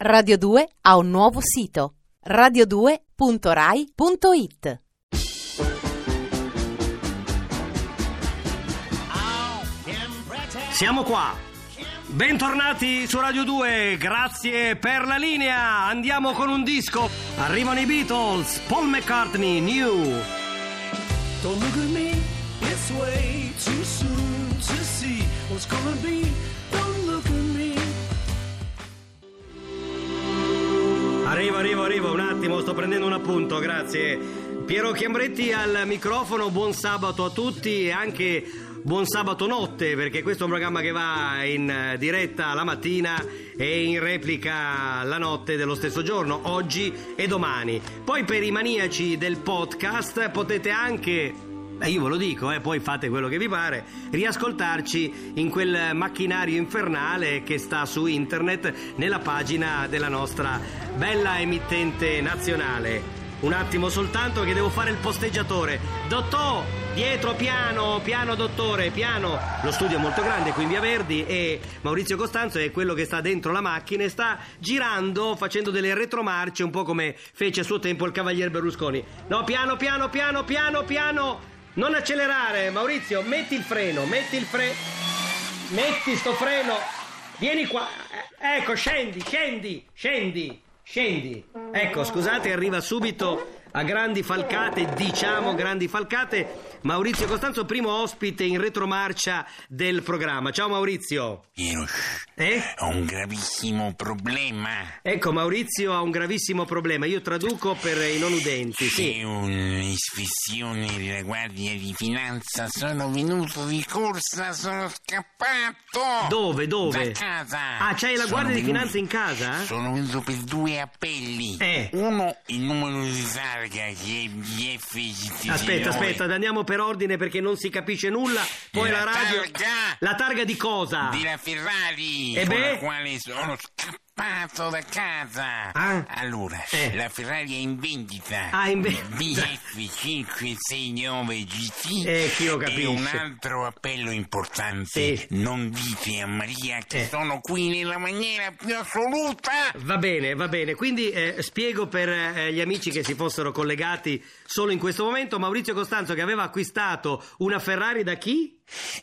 Radio 2 ha un nuovo sito radio2.rai.it. Siamo qua. Bentornati su Radio 2, grazie per la linea. Andiamo con un disco. Arrivano i Beatles, Paul McCartney, New. Don't look at me, it's way too soon to see what's gonna be. Don't look at me. Arrivo, arrivo, arrivo, un attimo, sto prendendo un appunto, grazie. Piero Chiambretti al microfono, buon sabato a tutti e anche buon sabato notte, perché questo è un programma che va in eh, diretta la mattina e in replica la notte dello stesso giorno, oggi e domani. Poi per i maniaci del podcast potete anche Beh, io ve lo dico, eh, poi fate quello che vi pare, riascoltarci in quel macchinario infernale che sta su internet nella pagina della nostra bella emittente nazionale. Un attimo soltanto che devo fare il posteggiatore. Dottò, dietro piano, piano dottore, piano. Lo studio è molto grande qui in Via Verdi e Maurizio Costanzo è quello che sta dentro la macchina e sta girando, facendo delle retromarce, un po' come fece a suo tempo il cavaliere Berlusconi. No, piano, piano, piano, piano, piano. Non accelerare, Maurizio, metti il freno, metti il freno. Metti sto freno. Vieni qua. Eh, Ecco, scendi, scendi, scendi, scendi. Ecco, scusate, arriva subito a grandi falcate, diciamo grandi falcate, Maurizio Costanzo, primo ospite in retromarcia del programma. Ciao Maurizio. Hirsch, Eh? ho un gravissimo problema. Ecco, Maurizio ha un gravissimo problema. Io traduco per i non udenti. Sì. C'è un'ispezione della Guardia di Finanza, sono venuto di corsa, sono scappato. Dove, dove? Da casa. Ah, c'hai la Sono Guardia di venuto- Finanza in casa? Sono venuto per due appelli. Eh. Uno, il numero di targa che è di FGT. Aspetta, aspetta, andiamo per ordine perché non si capisce nulla. Poi la, La radio. targa! La targa di cosa? della Ferrari Ah. E con beh? la quale sono scappato da casa Ah. allora Eh. la Ferrari è in vendita Ah, in vendita. BF569 GT Eh, chi lo e capisce? un altro appello importante Sì. non dite a Maria che Eh. sono qui nella maniera più assoluta Va bene, va bene. Quindi eh, spiego per eh, gli amici che si fossero collegati solo in questo momento. Maurizio Costanzo che aveva acquistato una Ferrari da chi?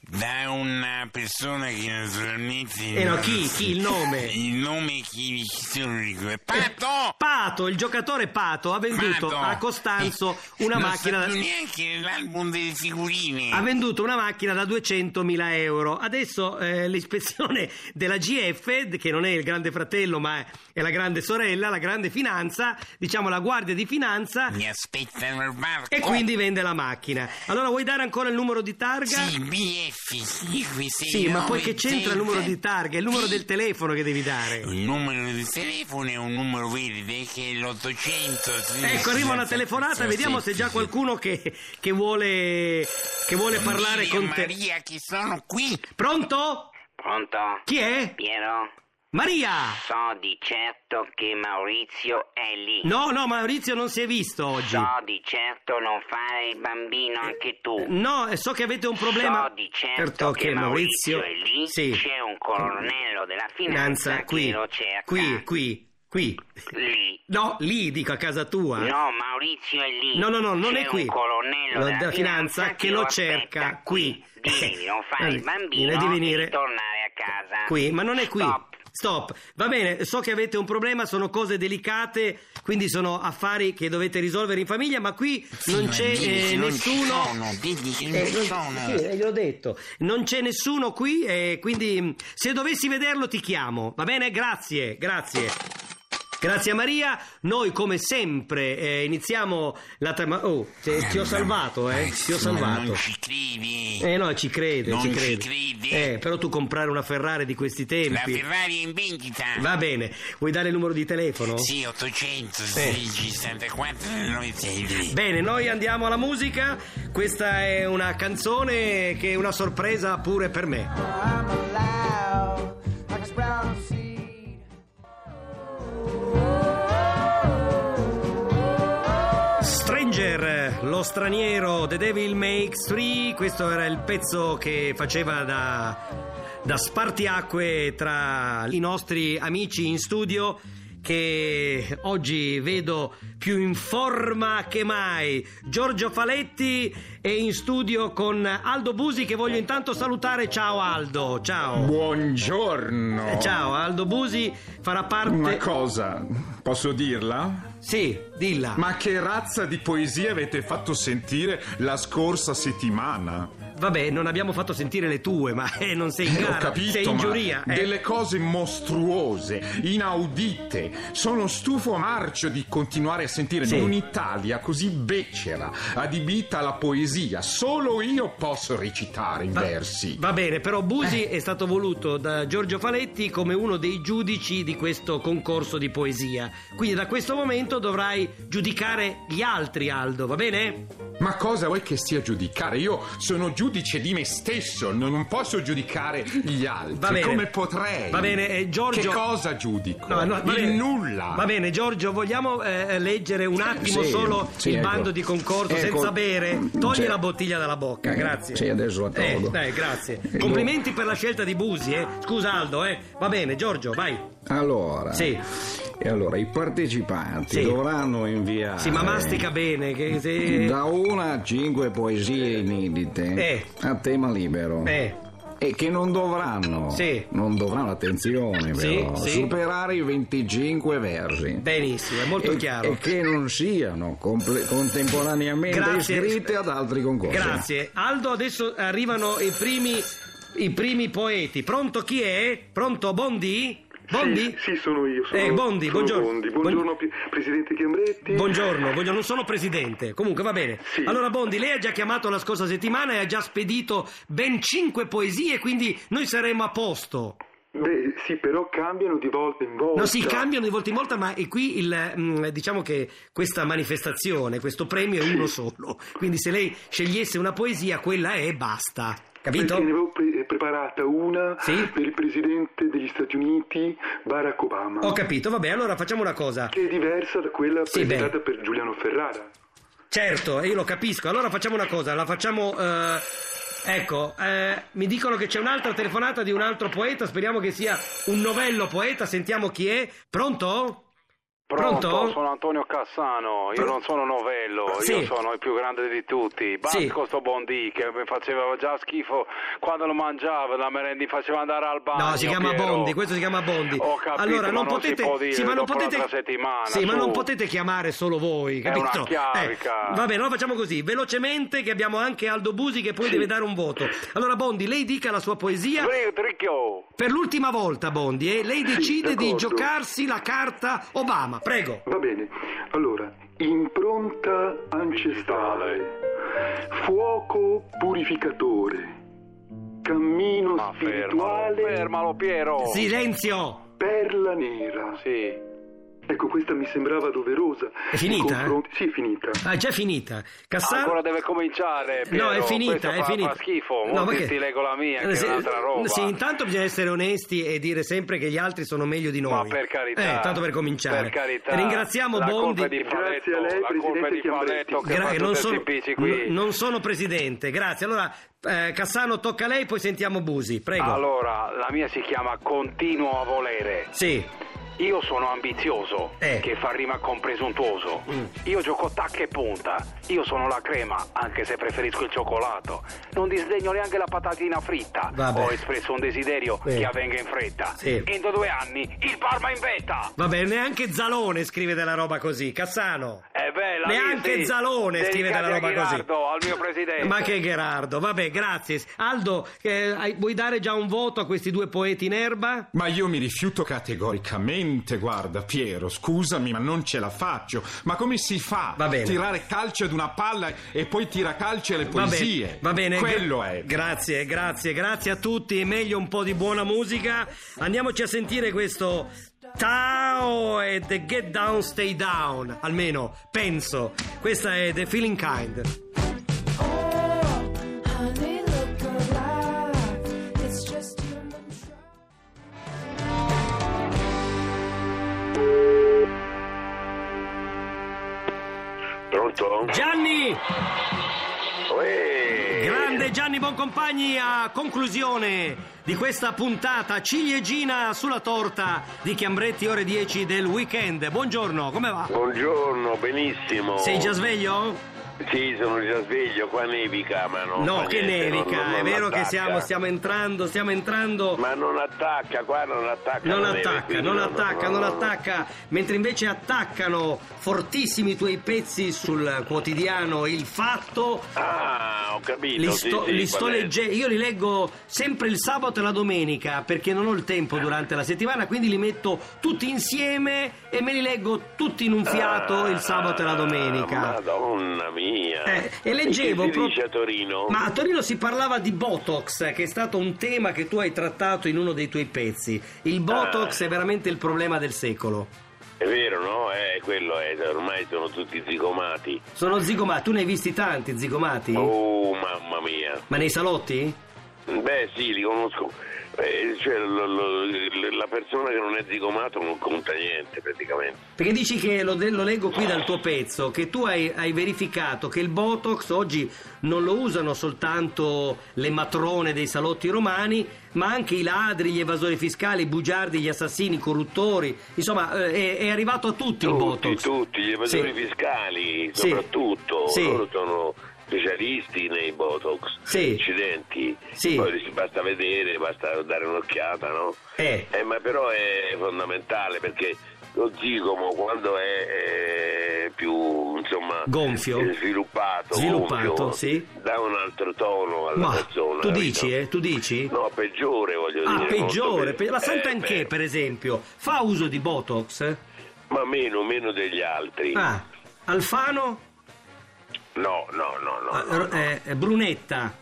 da una persona che naturalmente Eh no, chi? Chi? Il nome? il nome chi chi sono ricordato Pato, il giocatore Pato ha venduto Vado. a Costanzo Eh, una non macchina. so più neanche l'album delle figurine. Ha venduto una macchina da 200.000 euro. Adesso eh, l'ispezione della GF, che non è il grande fratello ma è- è la grande sorella, la grande finanza, diciamo la guardia di finanza, Mi aspettano il barco. e quindi vende la macchina. Allora vuoi dare ancora il numero di targa? Sì, BF, sì, qui sei Sì, ma poi che 900. c'entra il numero di targa? È il numero del telefono che devi dare. Il numero di telefono è un numero verde che è l'800. sì, Ecco, sì, arriva una sì, telefonata, sì, vediamo sì, se sì, c'è sì. qualcuno che, che vuole, che vuole parlare Maria, con te. Maria, che sono qui. Pronto? Pronto? Chi è? Piero? Maria! So di certo che Maurizio è lì. No, no, Maurizio non si è visto oggi. So di certo non fare il bambino anche tu. No, eh, so che avete un problema. So di certo, che, Maurizio, è lì. Sì. C'è un colonnello della finanza Finanza, che qui. lo cerca. Qui, qui, qui. Lì. No, lì dico a casa tua. No, Maurizio è lì. No, no, no, non C'è è qui. un colonnello Lo- della della finanza che lo aspetta cerca qui. Digli di non fare Eh, il bambino viene di venire e tornare a casa. Qui, ma non è qui. Stop. Stop. Va bene, so che avete un problema, sono cose delicate, quindi sono affari che dovete risolvere in famiglia, ma qui non Ma c'è digli eh, che non ci nessuno. sono, digli che non Eh, ci sono. sì, eh, gliel'ho detto. Non c'è nessuno qui, eh, quindi mh, se dovessi vederlo ti chiamo. Va bene? Grazie, grazie. Grazie a Maria, noi come sempre eh, iniziamo la tra- ma- Oh, Eh, te- ti ho salvato, eh? Ti ho no, salvato. Non ci credi. Eh no, ci crede, Non ci ci crede. credi? Eh, però tu comprare una Ferrari di questi La tempi. Ferrari è in vendita. Va bene, vuoi dare il numero di telefono? Sì, 800, 16, 64, 96. Bene, noi andiamo alla musica. Questa è una canzone che è una sorpresa pure per me. I'm allowed like a sprout seed. Stranger, lo straniero, The Devil Makes Three, questo era il pezzo che faceva da, da spartiacque tra i nostri amici in studio che oggi vedo più in forma che mai. Giorgio Faletti è in studio con Aldo Busi che voglio intanto salutare. Ciao Aldo, ciao. Buongiorno. Eh, Ciao, Aldo Busi farà Una parte... cosa, posso dirla? Sì, dilla. Ma che razza di poesia avete fatto sentire la scorsa settimana? Vabbè, non abbiamo fatto sentire le tue, ma eh, non sei in gara, Ho capito, sei in ma giuria. eh. delle cose mostruose, inaudite. Sono stufo marcio di continuare a sentire Sì. di un'Italia così becera, adibita alla poesia. Solo io posso recitare in Va- versi. Va bene, però Busi è stato voluto da Giorgio Faletti come uno dei giudici di questo concorso di poesia. Quindi da questo momento dovrai giudicare gli altri, Aldo, va bene? Ma cosa vuoi che sia giudicare? Io sono giudice di me stesso, non non posso giudicare gli altri. Va bene. Come potrei? Va bene, eh, Giorgio- Che cosa giudico? No, no, va Il bene. nulla. Va bene, Giorgio, vogliamo eh, leggere un attimo Sì, solo sì, il ecco. bando di concorso Ecco. senza bere. Togli Sì. la bottiglia dalla bocca, Eh, grazie. sì, adesso la Eh, tolgo. dai, grazie. Eh, Complimenti per la scelta di Busi, eh. Scusa Aldo, eh. Va bene, Giorgio, vai. Allora, Sì. e allora i partecipanti Sì. dovranno inviare Sì, ma mastica bene che se... Ah, da una a cinque poesie inedite Eh. a tema libero. Eh. E che non dovranno, Sì. non dovranno, attenzione Sì, però, sì. superare i 25 versi. Benissimo, è molto e, chiaro. e che non siano comple- contemporaneamente Grazie. iscritte ad altri concorsi. Grazie. Aldo, adesso arrivano i primi, i primi poeti. Pronto chi è? Pronto Bondi? Bondi? Sì, sì, sono io. Sono, Eh, Bondi, sono buongiorno. Bondi. Buongiorno, Buon- Pi- Presidente Chiambretti. Buongiorno, buongiorno, non sono presidente. Comunque va bene. Sì. Allora Bondi, lei ha già chiamato la scorsa settimana e ha già spedito ben cinque poesie, quindi noi saremo a posto. Beh, sì, però cambiano di volta in volta. No, sì, cambiano di volta in volta, ma è qui il, mm, diciamo che questa manifestazione, questo premio è uno solo. Quindi se lei scegliesse una poesia, quella è e basta. Capito? Perché ne avevo pre- preparata una Sì. per il Presidente degli Stati Uniti, Barack Obama. Ho capito, vabbè, allora facciamo una cosa. Che è diversa da quella Sì, presentata per Giuliano Ferrara. Certo, io lo capisco. Allora facciamo una cosa, la facciamo... eh, ecco, eh, mi dicono che c'è un'altra telefonata di un altro poeta, speriamo che sia un novello poeta, sentiamo chi è. Pronto? Pronto? Pronto? Sono Antonio Cassano, io Pro- non sono novello, Sì. io sono il più grande di tutti. Sì. Basco sto Bondi che mi faceva già schifo quando lo mangiava, la merenda mi faceva andare al bagno. No, si chiama Piero. Bondi, questo si chiama Bondi. Ho capito, allora, ma non non potete, si può dire sì, ma non dopo potete, un'altra settimana, sì, ma su. non potete chiamare solo voi, È capito? Eh, una chiavica. va bene, allora facciamo così, velocemente che abbiamo anche Aldo Busi che poi deve dare un voto. Allora Bondi, lei dica la sua poesia. Tri- Tricchio! Per l'ultima volta, Bondi, eh, lei decide di d'accordo. giocarsi la carta Obama, prego. Va bene, allora, impronta ancestrale, fuoco purificatore, cammino Ma fermalo, spirituale, fermalo Piero! Silenzio! perla nera. Sì. Ecco, questa mi sembrava doverosa. È finita? eh? Nei confronti- Sì, è finita. Ah, è già finita. Cassano... Ancora deve cominciare, Eh, Piero. No, è Questo finita, è fa, finita. Fa schifo, No, Mo' ma ti- che- ti leggo la mia, Eh, che è sì, un'altra roba. Sì, intanto bisogna essere onesti e dire sempre che gli altri sono meglio di noi. Ma per carità. Eh, tanto per cominciare. Per carità. Ringraziamo la Bondi. Colpa di Faletto, Grazie a lei, la colpa Presidente di Faletto Chiambretti. che Gra- fa non, tutti sono, questi impicci qui. n- non sono presidente, grazie. Allora, eh, Cassano, tocca a lei, poi sentiamo Busi, prego. Allora, la mia si chiama Continuo a volere. Sì, Io sono ambizioso, Eh. che fa rima con presuntuoso. Mm. Io gioco tacca e punta. Io sono la crema, anche se preferisco il cioccolato. Non disdegno neanche la patatina fritta. Vabbè. Eh. Ho espresso un desiderio Sì. che avvenga in fretta. Sì. Entro due anni, il Parma in vetta! va bene, neanche Zalone scrive della roba così, Cassano. È bella, Neanche Lisi. Zalone scrive Dedicati della roba a Ghirardo, così. al mio presidente. Ma che Gerardo, vabbè, grazie. Aldo, eh, hai- vuoi dare già un voto a questi due poeti in erba? Ma io mi rifiuto categoricamente, guarda Piero, scusami, ma non ce la faccio. Ma come si fa Va a bene. tirare calcio ad una palla e poi tira calcio alle poesie? Va bene, va bene. Quello è. Grazie, grazie, grazie a tutti. È meglio un po' di buona musica. Andiamoci a sentire questo Tao e The Get Down Stay Down, almeno penso. Questa è The Feeling Kind. Honey, look alive. It's just human trafficking. Pronto? Gianni, Uè, Eh. grande Bene, Gianni Boncompagni, a conclusione di questa puntata ciliegina sulla torta di Chiambretti, ore 10 del weekend. Buongiorno, come va? Buongiorno, benissimo. Sei già sveglio? Sì, sono già sveglio, qua nevica, ma non No, fa che niente, nevica, non- non è vero attacca. che siamo, stiamo entrando, stiamo entrando. Ma non attacca, qua non attacca. Non la neve, attacca, quindi non no, no, attacca, no, non no. attacca, mentre invece attaccano fortissimi i tuoi pezzi sul quotidiano Il Fatto. Ah, ho capito. Li sì, sto, sì, li va sto bene. legge- io li leggo sempre il sabato e la domenica perché non ho il tempo durante la settimana, quindi li metto tutti insieme e me li leggo tutti in un fiato il sabato e la Ah, domenica. Madonna mia. Eh, e che leggevo si pro- dice a Torino? Ma a Torino si parlava di Botox, che è stato un tema che tu hai trattato in uno dei tuoi pezzi. Il Botox Ah. è veramente il problema del secolo. È vero, no? Eh, quello è, ormai sono tutti zigomati. Sono zigomati, tu ne hai visti tanti zigomati? Oh, mamma mia. Ma nei salotti? Beh, sì, li conosco. Eh, cioè, lo- lo- la persona che non è zigomato non conta niente, praticamente. Perché dici che, lo, de- lo leggo qui dal tuo pezzo, che tu hai, hai verificato che il Botox oggi non lo usano soltanto le matrone dei salotti romani, ma anche i ladri, gli evasori fiscali, i bugiardi, gli assassini, i corruttori. Insomma, eh, è, è arrivato a tutti il Tutti, Botox. tutti, gli evasori Sì. fiscali, Sì. soprattutto, Sì. loro sono specialisti nei botox, Sì. incidenti, Sì. poi si- basta vedere, basta dare un'occhiata, no? Eh. ma però è fondamentale perché lo zigomo quando è, eh, più insomma Gonfio. eh, sviluppato, Sviluppato, gonfio, sì. dà un altro tono alla Ma persona. tu capito? dici, eh? Tu dici? No, peggiore voglio Ah, dire. peggiore. molto pe- pe- la eh, Santanchè, beh, per esempio, fa uso di Botox? Ma meno, meno degli altri. Ah, Alfano, No, no, no, no. eh, ro- eh, Brunetta.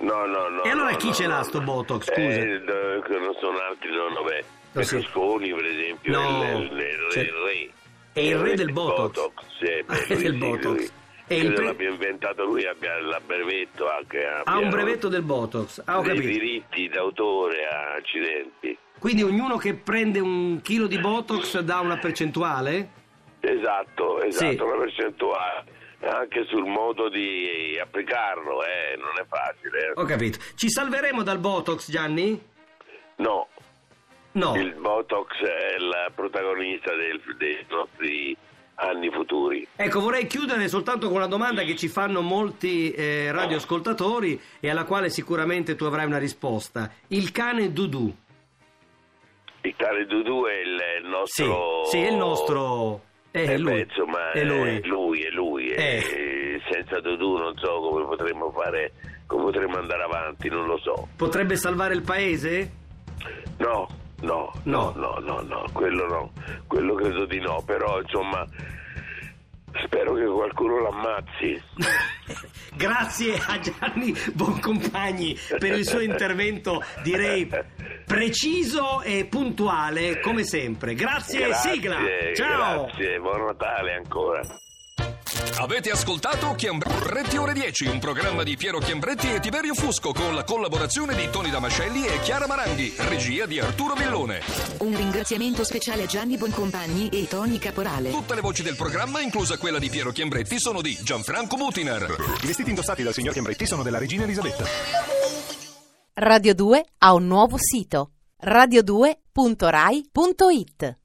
No, no, no. E allora no, chi no, ce no, l'ha no. sto Botox, Eh, scusa? d- che non sono altri, no, no, beh. Lo so. Berlusconi, per esempio, No, è il, il- il- cioè, il re. è il re del Botox. sì, beh, Ah, è lui del sì, Botox. lui. È il Credo pre- l'abbia inventato lui, abbia il brevetto anche. Ha abbia un brevetto del Botox. Ah, ho dei capito. diritti d'autore a accidenti. Quindi ognuno che prende un chilo di Botox dà una percentuale? Esatto, esatto, Sì. una percentuale. Anche sul modo di applicarlo, eh, non è facile. eh. Ho capito. Ci salveremo dal Botox, Gianni? No, No. Il Botox è il protagonista del- dei nostri anni futuri. Ecco, vorrei chiudere soltanto con una domanda che ci fanno molti eh, radioascoltatori e alla quale sicuramente tu avrai una risposta. Il cane Dudu. Il tale Dudu è il il Sì, nostro... sì, è il nostro... È, Eh, lui. beh, insomma, è lui. è lui, è lui. Eh. E senza Dudu non so come potremmo fare, come potremmo andare avanti, non lo so. Potrebbe salvare il paese? No, no, no, no, no, no, quello no, quello credo di no, però insomma... Spero che qualcuno l'ammazzi. Grazie a Gianni Boncompagni per il suo intervento, direi preciso e puntuale come sempre. Grazie, Grazie, sigla. Ciao. Grazie, buon Natale ancora. Avete ascoltato Chiambretti Ore 10, un programma di Piero Chiambretti e Tiberio Fusco con la collaborazione di Toni Damascelli e Chiara Maranghi, regia di Arturo Villone. Un ringraziamento speciale a Gianni Boncompagni e Tony Caporale. Tutte le voci del programma, inclusa quella di Piero Chiambretti, sono di Gianfranco Mutiner. I vestiti indossati dal signor Chiambretti sono della regina Elisabetta. Radio 2 ha un nuovo sito radio2.rai.it